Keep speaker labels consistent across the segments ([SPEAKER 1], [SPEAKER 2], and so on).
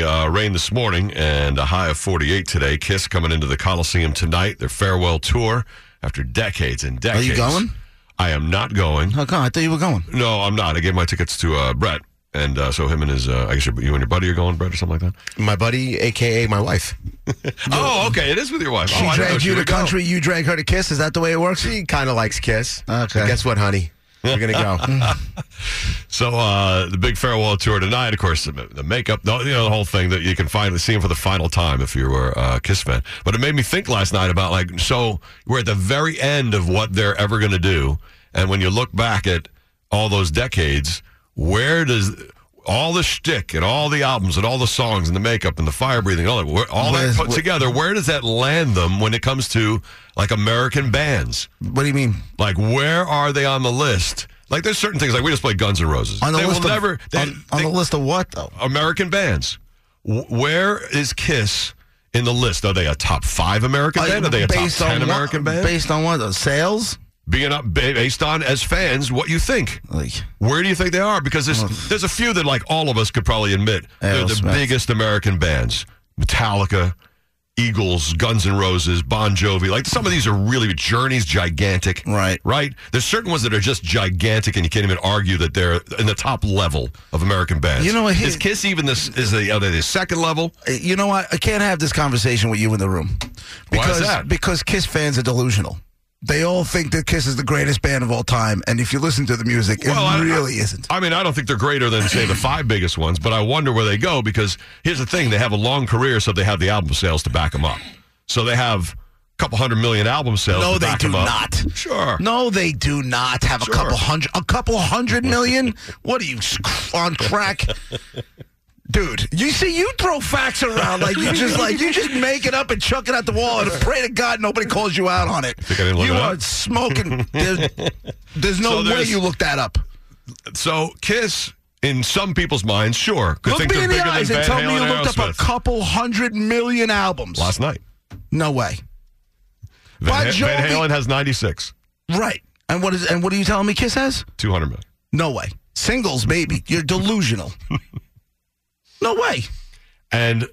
[SPEAKER 1] Uh, rain this morning and a high of 48 today. Kiss coming into the Coliseum tonight, their farewell tour after decades and
[SPEAKER 2] Are
[SPEAKER 1] decades.
[SPEAKER 2] you going?
[SPEAKER 1] I am not going.
[SPEAKER 2] How come? I thought you were going.
[SPEAKER 1] No, I'm not. I gave my tickets to uh, Brett. And uh, so him and his, uh, I guess your, you and your buddy are going, Brett, or something like that.
[SPEAKER 3] My buddy, aka my wife.
[SPEAKER 1] Oh, okay. It is with your wife. oh,
[SPEAKER 2] She
[SPEAKER 1] I didn't know
[SPEAKER 2] dragged
[SPEAKER 1] she
[SPEAKER 2] you to
[SPEAKER 1] would go.
[SPEAKER 2] country, you drag her to kiss. Is that the way it works?
[SPEAKER 3] She kind of likes Kiss.
[SPEAKER 2] Okay. Mm.
[SPEAKER 3] But guess what, honey? We're gonna go.
[SPEAKER 1] So uh, the big farewell tour tonight, of course, the, the makeup, the, you know, the whole thing that you can finally see him for the final time if you were a Kiss fan. But it made me think last night about like, so we're at the very end of what they're ever going to do, and when you look back at all those decades, where does all the shtick and all the albums and all the songs and the makeup and the fire breathing, all that, where, all
[SPEAKER 2] Where's-
[SPEAKER 1] that put together, where does that land them when it comes to like American bands?
[SPEAKER 2] What do you mean?
[SPEAKER 1] Like, where are they on the list? Like, there's certain things like we just played Guns N' Roses.
[SPEAKER 2] On the
[SPEAKER 1] they
[SPEAKER 2] list
[SPEAKER 1] will
[SPEAKER 2] of,
[SPEAKER 1] never. They,
[SPEAKER 2] on, on
[SPEAKER 1] they-
[SPEAKER 2] the list of what though?
[SPEAKER 1] American bands. W- Where is Kiss in the list? Are they a top five American band? Are they a top
[SPEAKER 2] based on
[SPEAKER 1] ten
[SPEAKER 2] what-
[SPEAKER 1] American band?
[SPEAKER 2] Based on what? though? Sales?
[SPEAKER 1] Being up ba- based on as fans, what you think?
[SPEAKER 2] Like
[SPEAKER 1] Where do you think they are? Because there's there's a few that like all of us could probably admit they're the
[SPEAKER 2] Aerosmith.
[SPEAKER 1] biggest American bands: Metallica, Eagles, Guns N' Roses, Bon Jovi. Like some of these are really Journey's gigantic,
[SPEAKER 2] Right.
[SPEAKER 1] Right. There's certain ones that are just gigantic, and you can't even argue that they're in the top level of American bands.
[SPEAKER 2] You know what, he-
[SPEAKER 1] Is Kiss even this? Is the are they the second level?
[SPEAKER 2] you know what? I can't have this conversation with you in the room.
[SPEAKER 1] Why is
[SPEAKER 2] Because
[SPEAKER 1] that?
[SPEAKER 2] because KISS fans are delusional. They all think that KISS is the greatest band of all time, and if you listen to the music, it
[SPEAKER 1] I-
[SPEAKER 2] really
[SPEAKER 1] I,
[SPEAKER 2] isn't.
[SPEAKER 1] I mean, I don't think they're greater than say the five biggest ones, but I wonder where they go because here's the thing: they have a long career, so they have the album sales to back them up. So they have a couple hundred million album sales.
[SPEAKER 2] No,
[SPEAKER 1] to
[SPEAKER 2] they
[SPEAKER 1] back
[SPEAKER 2] do
[SPEAKER 1] 'em up.
[SPEAKER 2] not.
[SPEAKER 1] Sure.
[SPEAKER 2] No, they do not have
[SPEAKER 1] Sure.
[SPEAKER 2] a couple hundred, a couple hundred million. what are you s- on crack, dude? You see, you throw facts around like you just like you just make it up and chuck it at the wall and pray to God nobody calls you out on it.
[SPEAKER 1] I didn't look
[SPEAKER 2] you
[SPEAKER 1] it
[SPEAKER 2] are
[SPEAKER 1] up?
[SPEAKER 2] smoking. There's, there's no
[SPEAKER 1] So
[SPEAKER 2] way
[SPEAKER 1] there's-
[SPEAKER 2] you looked that up.
[SPEAKER 1] So Kiss, in some people's minds, sure, could
[SPEAKER 2] Look
[SPEAKER 1] think
[SPEAKER 2] me
[SPEAKER 1] they're
[SPEAKER 2] in the
[SPEAKER 1] bigger
[SPEAKER 2] eyes
[SPEAKER 1] than
[SPEAKER 2] and
[SPEAKER 1] Van
[SPEAKER 2] tell
[SPEAKER 1] Halen
[SPEAKER 2] me you
[SPEAKER 1] and
[SPEAKER 2] looked up a
[SPEAKER 1] Aerosmith.
[SPEAKER 2] couple hundred million albums.
[SPEAKER 1] last night.
[SPEAKER 2] No way.
[SPEAKER 1] Van,
[SPEAKER 2] Bon
[SPEAKER 1] Ha- Van
[SPEAKER 2] Jovi-
[SPEAKER 1] Halen has 96,
[SPEAKER 2] Right. And what is and what are you telling me Kiss has?
[SPEAKER 1] 200 million.
[SPEAKER 2] No way. Singles, maybe. You're delusional. no way.
[SPEAKER 1] and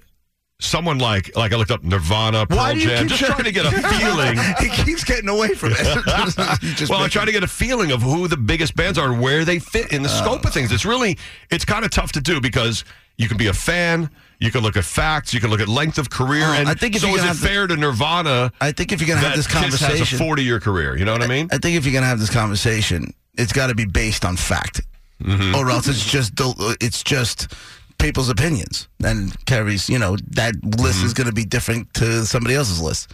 [SPEAKER 1] someone like like I looked up Nirvana, Pearl
[SPEAKER 2] Why do you
[SPEAKER 1] Jam,
[SPEAKER 2] keep
[SPEAKER 1] Oh, just trying to get a feeling.
[SPEAKER 2] he keeps getting away from it. Uh. You just
[SPEAKER 1] Well, I
[SPEAKER 2] make-
[SPEAKER 1] try to get a feeling of who the biggest bands are and where they fit in the scope of things. It's really it's kind of tough to do because you can be a fan, you can look at facts, you can look at length of career,
[SPEAKER 2] Uh,
[SPEAKER 1] and
[SPEAKER 2] I think if
[SPEAKER 1] so
[SPEAKER 2] you're
[SPEAKER 1] is
[SPEAKER 2] gonna
[SPEAKER 1] it
[SPEAKER 2] have to-
[SPEAKER 1] fair to Nirvana
[SPEAKER 2] I think if you're gonna
[SPEAKER 1] that
[SPEAKER 2] have this
[SPEAKER 1] Kiss
[SPEAKER 2] conversation,
[SPEAKER 1] has a forty-year career? You know what I mean?
[SPEAKER 2] I think if you're gonna have this conversation, it's got to be based on fact,
[SPEAKER 1] Mm-hmm.
[SPEAKER 2] or else it's just del- it's just people's opinions and carries. You know that list
[SPEAKER 1] Mm-hmm.
[SPEAKER 2] is going to be different to somebody else's list.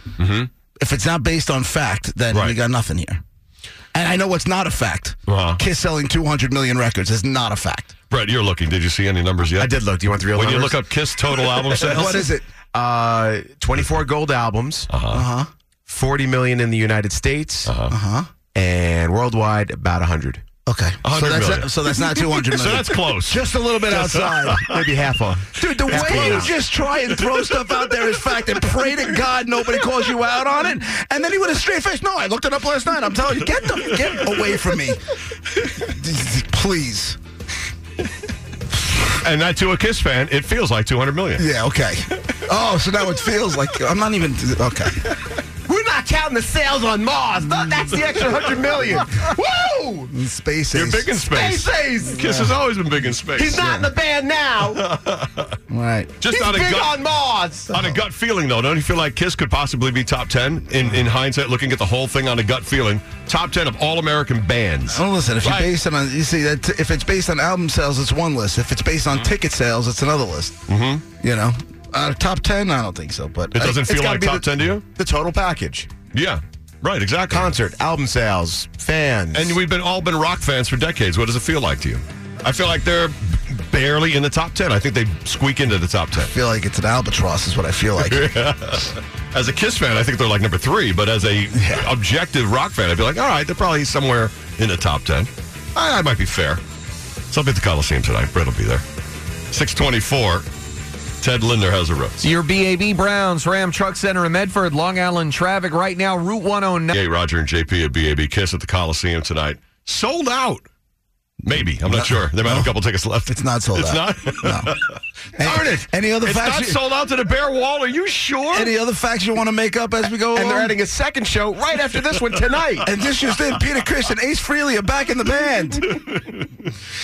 [SPEAKER 2] If it's not based on fact, then we
[SPEAKER 1] Right.
[SPEAKER 2] got nothing here. And I know what's not a fact.
[SPEAKER 1] Uh-huh.
[SPEAKER 2] Kiss selling 200 million records is not a fact.
[SPEAKER 1] Brett, you're looking. Did you see any numbers yet?
[SPEAKER 3] I did look. Do you want the real
[SPEAKER 1] When you
[SPEAKER 3] numbers?
[SPEAKER 1] look up Kiss total album sales,
[SPEAKER 2] What is it?
[SPEAKER 3] Uh, 24 gold albums.
[SPEAKER 2] Uh-huh.
[SPEAKER 3] Uh huh.
[SPEAKER 1] Uh-huh.
[SPEAKER 3] 40 million in the United States. Uh huh. And worldwide, about 100.
[SPEAKER 2] Uh-huh. Okay, so
[SPEAKER 1] 100
[SPEAKER 2] that's
[SPEAKER 1] million.
[SPEAKER 2] so that's not 200 million.
[SPEAKER 1] So that's close.
[SPEAKER 2] just a little bit outside.
[SPEAKER 3] Maybe half on.
[SPEAKER 2] Dude, the
[SPEAKER 3] That's
[SPEAKER 2] way you
[SPEAKER 3] close.
[SPEAKER 2] just try and throw stuff out there is fact and pray to God nobody calls you out on it. And then he with a straight face, no, I looked it up last night. I'm telling you, get the get away from me. Please.
[SPEAKER 1] and that to a Kiss fan, it feels like 200 million.
[SPEAKER 2] Yeah, okay. Oh, so now it feels like I'm not even okay.
[SPEAKER 3] We're not counting the sales on Mars. Th- That's the extra 100 million. Woo!
[SPEAKER 2] Space
[SPEAKER 1] You're
[SPEAKER 2] Ace.
[SPEAKER 1] big in space.
[SPEAKER 3] Ace.
[SPEAKER 1] Kiss has always been big in space.
[SPEAKER 3] He's not in the band now.
[SPEAKER 2] Right.
[SPEAKER 1] Just
[SPEAKER 3] He's
[SPEAKER 1] on a
[SPEAKER 3] big
[SPEAKER 1] gut,
[SPEAKER 3] on Mars.
[SPEAKER 1] on a gut feeling, though. Don't you feel like Kiss could possibly be top ten in, in hindsight, looking at the whole thing on a gut feeling? Top ten of all American bands.
[SPEAKER 2] Oh, listen, if you
[SPEAKER 1] Right.
[SPEAKER 2] base it on, you see, that if it's based on album sales, it's one list. If it's based on ticket sales, it's another list. Mm-hmm. You know? Uh, top 10, I don't think so, but.
[SPEAKER 1] It doesn't
[SPEAKER 3] it's
[SPEAKER 1] feel
[SPEAKER 3] gotta
[SPEAKER 1] like
[SPEAKER 3] be
[SPEAKER 1] top
[SPEAKER 3] the-
[SPEAKER 1] ten to you?
[SPEAKER 3] The total package.
[SPEAKER 1] Yeah, right, exactly.
[SPEAKER 3] Concert, album sales, fans.
[SPEAKER 1] And we've been all been rock fans for decades. What does it feel like to you? I feel like they're barely in the top ten. I think they squeak into the top ten.
[SPEAKER 2] I feel like it's an albatross, is what I feel like.
[SPEAKER 1] As a Kiss fan, I think they're like number three. But as a objective rock fan, I'd be like, all right, they're probably somewhere in the top ten. I, I might be fair. So I'll be at the Coliseum tonight. Brett will be there. Six twenty-four. Ted Linder has a roast.
[SPEAKER 4] Your BAB Browns Ram Truck Center in Medford, Long Island traffic right now, Route 109.
[SPEAKER 1] Yay, Roger and JP at BAB Kiss at the Coliseum tonight. Sold out. Maybe. I'm not sure. There might be a couple tickets left.
[SPEAKER 2] It's not sold
[SPEAKER 1] It's
[SPEAKER 2] out.
[SPEAKER 1] not?
[SPEAKER 2] No.
[SPEAKER 1] Darn it.
[SPEAKER 2] Any other
[SPEAKER 1] it's
[SPEAKER 2] facts?
[SPEAKER 1] not
[SPEAKER 2] you-
[SPEAKER 1] sold out to the bare wall. Are you sure?
[SPEAKER 2] any other facts you want to make up as we go
[SPEAKER 3] And they're
[SPEAKER 2] along?
[SPEAKER 3] adding a second show right after this one tonight.
[SPEAKER 2] and this just in, Peter Chris and Ace Frehley are back in the band.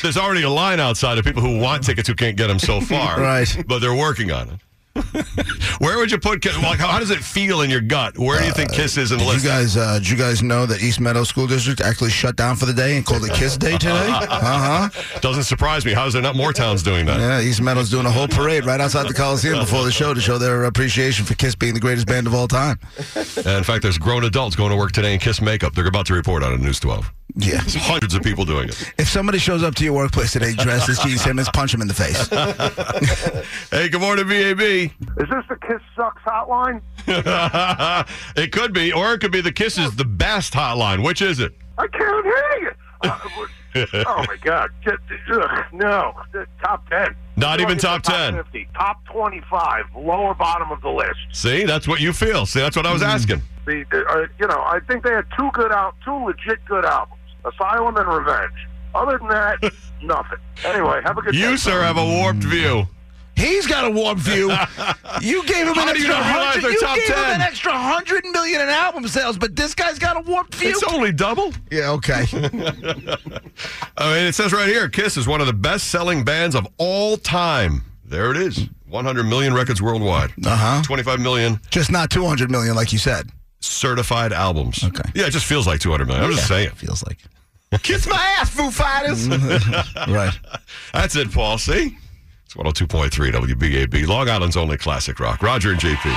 [SPEAKER 1] There's already a line outside of people who want tickets who can't get them so far.
[SPEAKER 2] Right.
[SPEAKER 1] But they're working on it. Where would you put Kiss? Like, how, how does it feel in your gut? Where do you think Kiss is in the
[SPEAKER 2] Did Uh, you
[SPEAKER 1] list?
[SPEAKER 2] guys, uh, did you guys know that East Meadow School District actually shut down for the day and called it Kiss Day today? Uh huh.
[SPEAKER 1] Doesn't surprise me. How is there not more towns doing that?
[SPEAKER 2] Yeah, East Meadow's doing a whole parade right outside the Coliseum before the show to show their appreciation for Kiss being the greatest band of all time.
[SPEAKER 1] And in fact, there's grown adults going to work today in Kiss makeup. They're about to report on it on News 12.
[SPEAKER 2] Yeah.
[SPEAKER 1] There's hundreds of people doing it.
[SPEAKER 2] If somebody shows up to your workplace today dressed as Gene Simmons, punch him in the face.
[SPEAKER 1] Hey, good morning, VAB.
[SPEAKER 5] Is this the Kiss Sucks hotline?
[SPEAKER 1] it could be, or it could be the Kiss is the best hotline. Which is it?
[SPEAKER 5] I can't hear you. Uh, what- oh my God! Just, ugh, no, The top ten.
[SPEAKER 1] Not even
[SPEAKER 5] Look at
[SPEAKER 1] top
[SPEAKER 5] the
[SPEAKER 1] 10.
[SPEAKER 5] Fifty, top twenty-five, lower bottom of the list.
[SPEAKER 1] See, that's what you feel. See, that's what I was
[SPEAKER 2] Mm.
[SPEAKER 1] asking.
[SPEAKER 5] The, the uh, you know, I think they had two good out, two legit good albums: Asylum and Revenge. Other than that, nothing. Anyway, have a good day.
[SPEAKER 1] You, sir, have a warped view.
[SPEAKER 2] He's got a warped view. You gave him an
[SPEAKER 1] How do you
[SPEAKER 2] extra
[SPEAKER 1] not realize
[SPEAKER 2] hundred.
[SPEAKER 1] they're
[SPEAKER 2] You
[SPEAKER 1] top
[SPEAKER 2] gave
[SPEAKER 1] 10?
[SPEAKER 2] him an extra hundred million in album sales, but this guy's got a warped view.
[SPEAKER 1] It's only double.
[SPEAKER 2] yeah, okay.
[SPEAKER 1] I mean, it says right here Kiss is one of the best selling bands of all time. There it is 100 million records worldwide,
[SPEAKER 2] Uh huh.
[SPEAKER 1] 25 million
[SPEAKER 2] Just not two hundred million, like you said.
[SPEAKER 1] certified albums.
[SPEAKER 2] Okay.
[SPEAKER 1] Yeah, it just feels like 200 million. I'm just saying.
[SPEAKER 2] Feels like
[SPEAKER 3] Kiss my ass, Foo Fighters.
[SPEAKER 2] right.
[SPEAKER 1] That's it, Paul. See? It's 102.3 WBAB, Long Island's only classic rock. Roger and JP.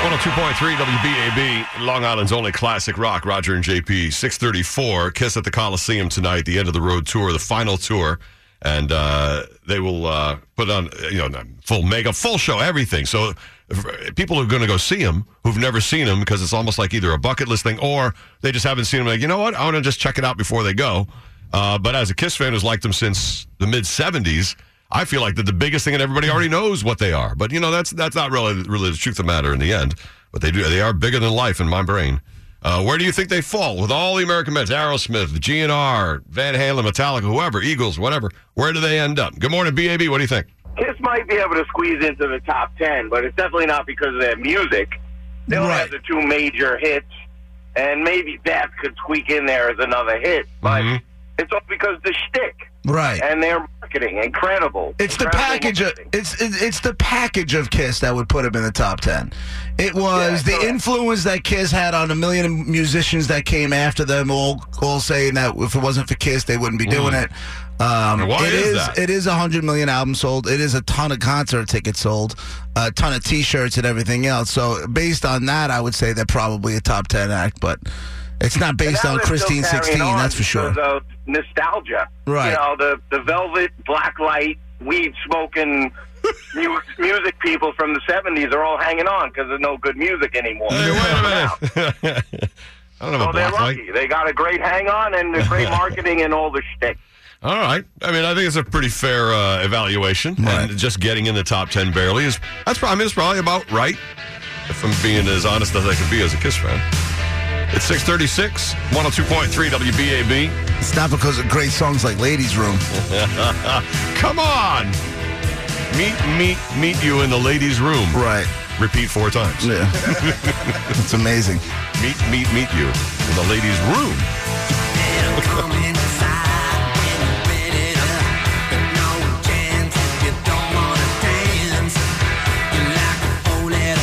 [SPEAKER 1] One hundred two point three WBAB, Long Island's only classic rock. Roger and JP, six thirty four. Kiss at the Coliseum tonight. The end of the road tour, the final tour, and uh, they will uh, put on you know full makeup, full show, everything. So if- people are going to go see him who've never seen him because it's almost like either a bucket list thing or they just haven't seen him. Like you know what, I want to just check it out before they go. Uh, but as a Kiss fan who's liked them since the mid seventies. I feel like that the biggest thing, and everybody already knows what they are. But you know, that's that's not really really the truth of the matter in the end. But they do they are bigger than life in my brain. Uh, where do you think they fall with all the American bands? Aerosmith, GNR, Van Halen, Metallica, whoever, Eagles, whatever. Where do they end up? Good morning, BAB. What do you think?
[SPEAKER 6] Kiss might be able to squeeze into the top ten, but it's definitely not because of their music. They only
[SPEAKER 2] Right.
[SPEAKER 6] have the two major hits, and maybe that could squeak in there as another hit. But
[SPEAKER 2] Mm-hmm.
[SPEAKER 1] Mhm.
[SPEAKER 6] it's all because the shtick
[SPEAKER 2] Right.
[SPEAKER 6] and their marketing, incredible.
[SPEAKER 2] It's the
[SPEAKER 6] Incredible
[SPEAKER 2] package. Of,
[SPEAKER 6] marketing.
[SPEAKER 2] it's it's it's the package of Kiss that would put him in the top ten. It was the
[SPEAKER 6] Yeah, correct.
[SPEAKER 2] influence that Kiss had on a million musicians that came after them, all all saying that if it wasn't for Kiss, they wouldn't be doing it. Um,
[SPEAKER 1] Mm. And why
[SPEAKER 2] it
[SPEAKER 1] is
[SPEAKER 2] is
[SPEAKER 1] that?
[SPEAKER 2] it is a hundred million albums sold. It is a ton of concert tickets sold, a ton of T-shirts and everything else. So based on that, I would say they're probably a top ten act, but it's not based
[SPEAKER 6] Now
[SPEAKER 2] on
[SPEAKER 6] they're still
[SPEAKER 2] Christine
[SPEAKER 6] carrying
[SPEAKER 2] sixteen.
[SPEAKER 6] on
[SPEAKER 2] That's for sure.
[SPEAKER 6] because of nostalgia.
[SPEAKER 2] Right.
[SPEAKER 6] You know, the, the velvet, black light, weed smoking mu- music people from the 70s are all hanging on because there's no good music anymore.
[SPEAKER 1] Hey, wait a minute. I don't have
[SPEAKER 6] So
[SPEAKER 1] a
[SPEAKER 6] they're
[SPEAKER 1] black light.
[SPEAKER 6] lucky. They got a great hang on and the great marketing and all the shtick.
[SPEAKER 1] All right. I mean, I think it's a pretty fair uh, evaluation.
[SPEAKER 2] Right.
[SPEAKER 1] And just getting in the top 10 barely is, that's probably, I mean, it's probably about right. If I'm being as honest as I can be as a Kiss fan. It's 636, 102.3 WBAB.
[SPEAKER 6] uh,
[SPEAKER 2] It's not because of great songs like "Ladies Room."
[SPEAKER 1] Come on. Meet, meet, meet you in the ladies' room.
[SPEAKER 2] Right.
[SPEAKER 1] Repeat four times.
[SPEAKER 2] Yeah. It's amazing.
[SPEAKER 1] Meet, meet, meet you in the ladies' room.
[SPEAKER 7] Dance.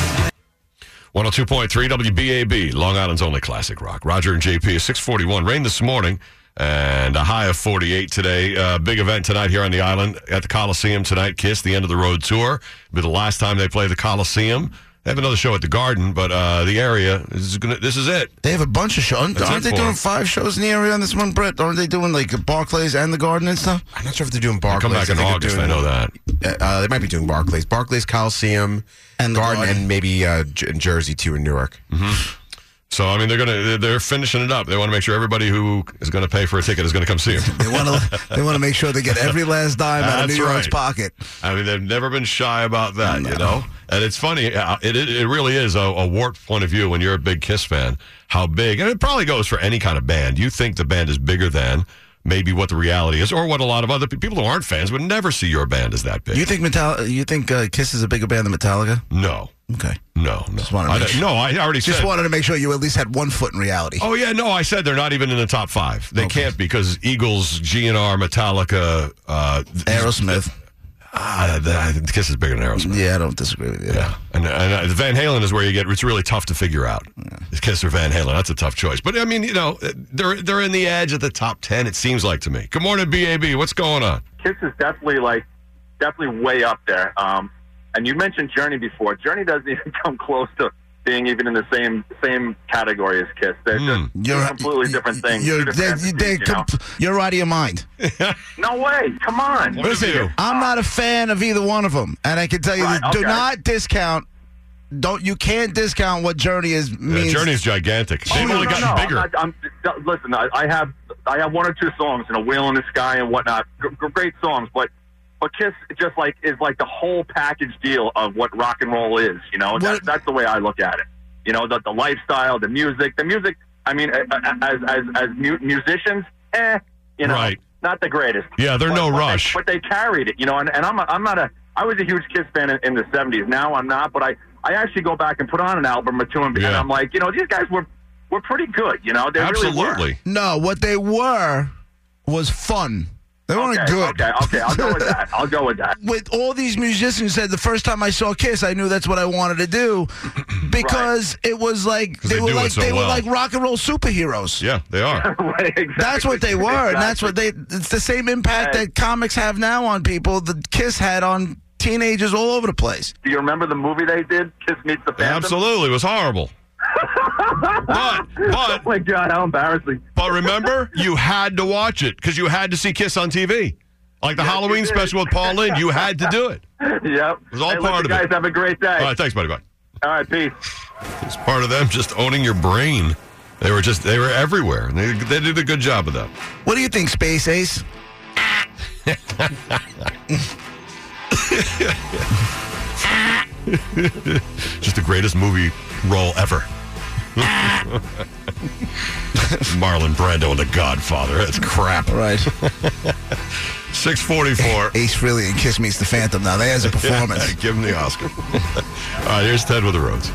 [SPEAKER 1] 102.3 WBAB, Long Island's only classic rock. Roger and JP is 641. Rain this morning and a high of 48 today. Uh, big event tonight here on the island at the Coliseum tonight. Kiss, the end of the road tour. Be the last time they play the Coliseum. They have another show at the Garden, but uh, the area is gonna. This is it.
[SPEAKER 2] They have a bunch of shows.
[SPEAKER 1] That's
[SPEAKER 2] Aren't
[SPEAKER 1] it
[SPEAKER 2] they
[SPEAKER 1] for
[SPEAKER 2] doing
[SPEAKER 1] them.
[SPEAKER 2] five shows in the area on this one, Brett? Aren't they doing like Barclays and the Garden and stuff?
[SPEAKER 3] I'm not sure if they're doing
[SPEAKER 1] Come
[SPEAKER 3] Barclays.
[SPEAKER 1] back in
[SPEAKER 3] think they're
[SPEAKER 1] August.
[SPEAKER 3] doing-
[SPEAKER 1] I know that.
[SPEAKER 3] Uh, they might be doing Barclays, Barclays Coliseum,
[SPEAKER 2] And the
[SPEAKER 3] Garden,
[SPEAKER 2] Garden.
[SPEAKER 3] and maybe uh, J- Jersey too in Newark.
[SPEAKER 1] So I mean, they're gonna they're- they're finishing it up. They want to make sure everybody who is going to pay for a ticket is going to come see them.
[SPEAKER 2] They want to. they want to make sure they get every last dime out of
[SPEAKER 1] That's
[SPEAKER 2] New York's
[SPEAKER 1] right.
[SPEAKER 2] pocket.
[SPEAKER 1] I mean, they've never been shy about that, you know. And it's funny. uh, It it, it really is a, a warped point of view when you're a big Kiss fan. How big? And it probably goes for any kind of band. You think the band is bigger than maybe what the reality is, or what a lot of other pe- people who aren't fans would never see your band as that big.
[SPEAKER 2] You think Metallica? You think uh, Kiss is a bigger band than Metallica?
[SPEAKER 1] no,
[SPEAKER 2] Okay.
[SPEAKER 1] no, no.
[SPEAKER 2] Just wanted to
[SPEAKER 1] I
[SPEAKER 2] make
[SPEAKER 1] don't- no, I already
[SPEAKER 2] Just
[SPEAKER 1] said.
[SPEAKER 2] wanted to make sure you at least had one foot in reality.
[SPEAKER 1] Oh yeah, no, I said they're not even in the top five. They
[SPEAKER 2] Okay.
[SPEAKER 1] can't because Eagles, GNR, Metallica, uh, th-
[SPEAKER 2] Aerosmith.
[SPEAKER 1] ah, th- I think Kiss is bigger than Aerosmith.
[SPEAKER 2] Yeah, I don't disagree with you.
[SPEAKER 1] Yeah, and, and uh, Van Halen is where you get. It's really tough to figure out. Is Kiss or Van Halen? That's a tough choice. But I mean, you know, they're they're in the edge of the top ten. It seems like to me. Good morning, BAB. What's going on?
[SPEAKER 7] Kiss is definitely like definitely way up there. Um, and you mentioned Journey before. Journey doesn't even come close to being even in the same same category as Kiss. They're just
[SPEAKER 2] Hmm.
[SPEAKER 7] two completely different things.
[SPEAKER 2] You're,
[SPEAKER 7] two different
[SPEAKER 2] they're-
[SPEAKER 7] entities,
[SPEAKER 2] they're
[SPEAKER 7] you know?
[SPEAKER 2] comp- you're out of your mind.
[SPEAKER 7] No way! Come on.
[SPEAKER 1] Listen, to you.
[SPEAKER 2] I'm not a fan of either one of them, and I can tell you,
[SPEAKER 7] Right,
[SPEAKER 2] that do
[SPEAKER 7] okay.
[SPEAKER 2] not discount. Don't you can't discount what Journey is
[SPEAKER 1] Yeah,
[SPEAKER 2] means.
[SPEAKER 1] Journey's gigantic. They've
[SPEAKER 7] Oh, no,
[SPEAKER 1] only
[SPEAKER 7] no,
[SPEAKER 1] gotten
[SPEAKER 7] no,
[SPEAKER 1] bigger.
[SPEAKER 7] I'm not, I'm, d- listen, I, I have I have one or two songs, you know, "Wheel in the Sky" and whatnot. G- g- great songs, but but Kiss just like is like the whole package deal of what rock and roll is. You know, that,
[SPEAKER 2] What-
[SPEAKER 7] that's the way I look at it. You know, the, the lifestyle, the music, the music. I mean, a- a- as as as mu- musicians, eh, you know,
[SPEAKER 1] Right.
[SPEAKER 7] not the greatest.
[SPEAKER 1] Yeah, they're
[SPEAKER 7] But-
[SPEAKER 1] no
[SPEAKER 7] but they-
[SPEAKER 1] Rush.
[SPEAKER 7] but they carried it, you know. And, and I'm a, I'm not a I was a huge Kiss fan in, in the '70s. Now I'm not, but I I actually go back and put on an album or two, and, and
[SPEAKER 1] Yeah.
[SPEAKER 7] I'm like, you know, these guys were were pretty good. You know, they really were.
[SPEAKER 1] Absolutely.
[SPEAKER 2] No, what they were was fun. They weren't
[SPEAKER 7] Okay,
[SPEAKER 2] good.
[SPEAKER 7] okay, okay. I'll go with that. I'll go with that.
[SPEAKER 2] With all these musicians who said the first time I saw Kiss, I knew that's what I wanted to do because it was like they,
[SPEAKER 1] they
[SPEAKER 2] were
[SPEAKER 1] do it
[SPEAKER 2] like
[SPEAKER 1] so
[SPEAKER 2] they were
[SPEAKER 1] well.
[SPEAKER 2] like rock and roll superheroes.
[SPEAKER 1] Yeah, they are.
[SPEAKER 7] Right, exactly.
[SPEAKER 2] That's what they were, and that's
[SPEAKER 7] Exactly.
[SPEAKER 2] what they. It's the same impact
[SPEAKER 7] Hey.
[SPEAKER 2] that comics have now on people. The Kiss had on teenagers all over the place.
[SPEAKER 7] Do you remember the movie they did, Kiss Meets the Phantom?
[SPEAKER 1] Absolutely, it was horrible. but
[SPEAKER 7] Oh
[SPEAKER 1] but
[SPEAKER 7] my god, how embarrassing!
[SPEAKER 1] But remember, you had to watch it because you had to see Kiss on TV. Like the
[SPEAKER 7] Yes, you
[SPEAKER 1] Halloween
[SPEAKER 7] did.
[SPEAKER 1] special with Paul Lynn, you had to do it.
[SPEAKER 7] yep.
[SPEAKER 1] was all
[SPEAKER 7] Hey,
[SPEAKER 1] part
[SPEAKER 7] listen,
[SPEAKER 1] of it.
[SPEAKER 7] guys, have a great day.
[SPEAKER 1] All right, thanks, buddy. Bye.
[SPEAKER 7] All right, peace.
[SPEAKER 1] It's part of them just owning your brain. They were just, they were everywhere. and They, they did a good job of that.
[SPEAKER 2] What do you think, Space Ace?
[SPEAKER 1] Just the greatest movie role ever. Marlon Brando and The Godfather. That's crap.
[SPEAKER 2] Right.
[SPEAKER 1] 644.
[SPEAKER 2] Ace Frehley and Kiss Meets the Phantom. Now there's a performance.
[SPEAKER 1] Give him the Oscar. All right, here's Ted with the roads.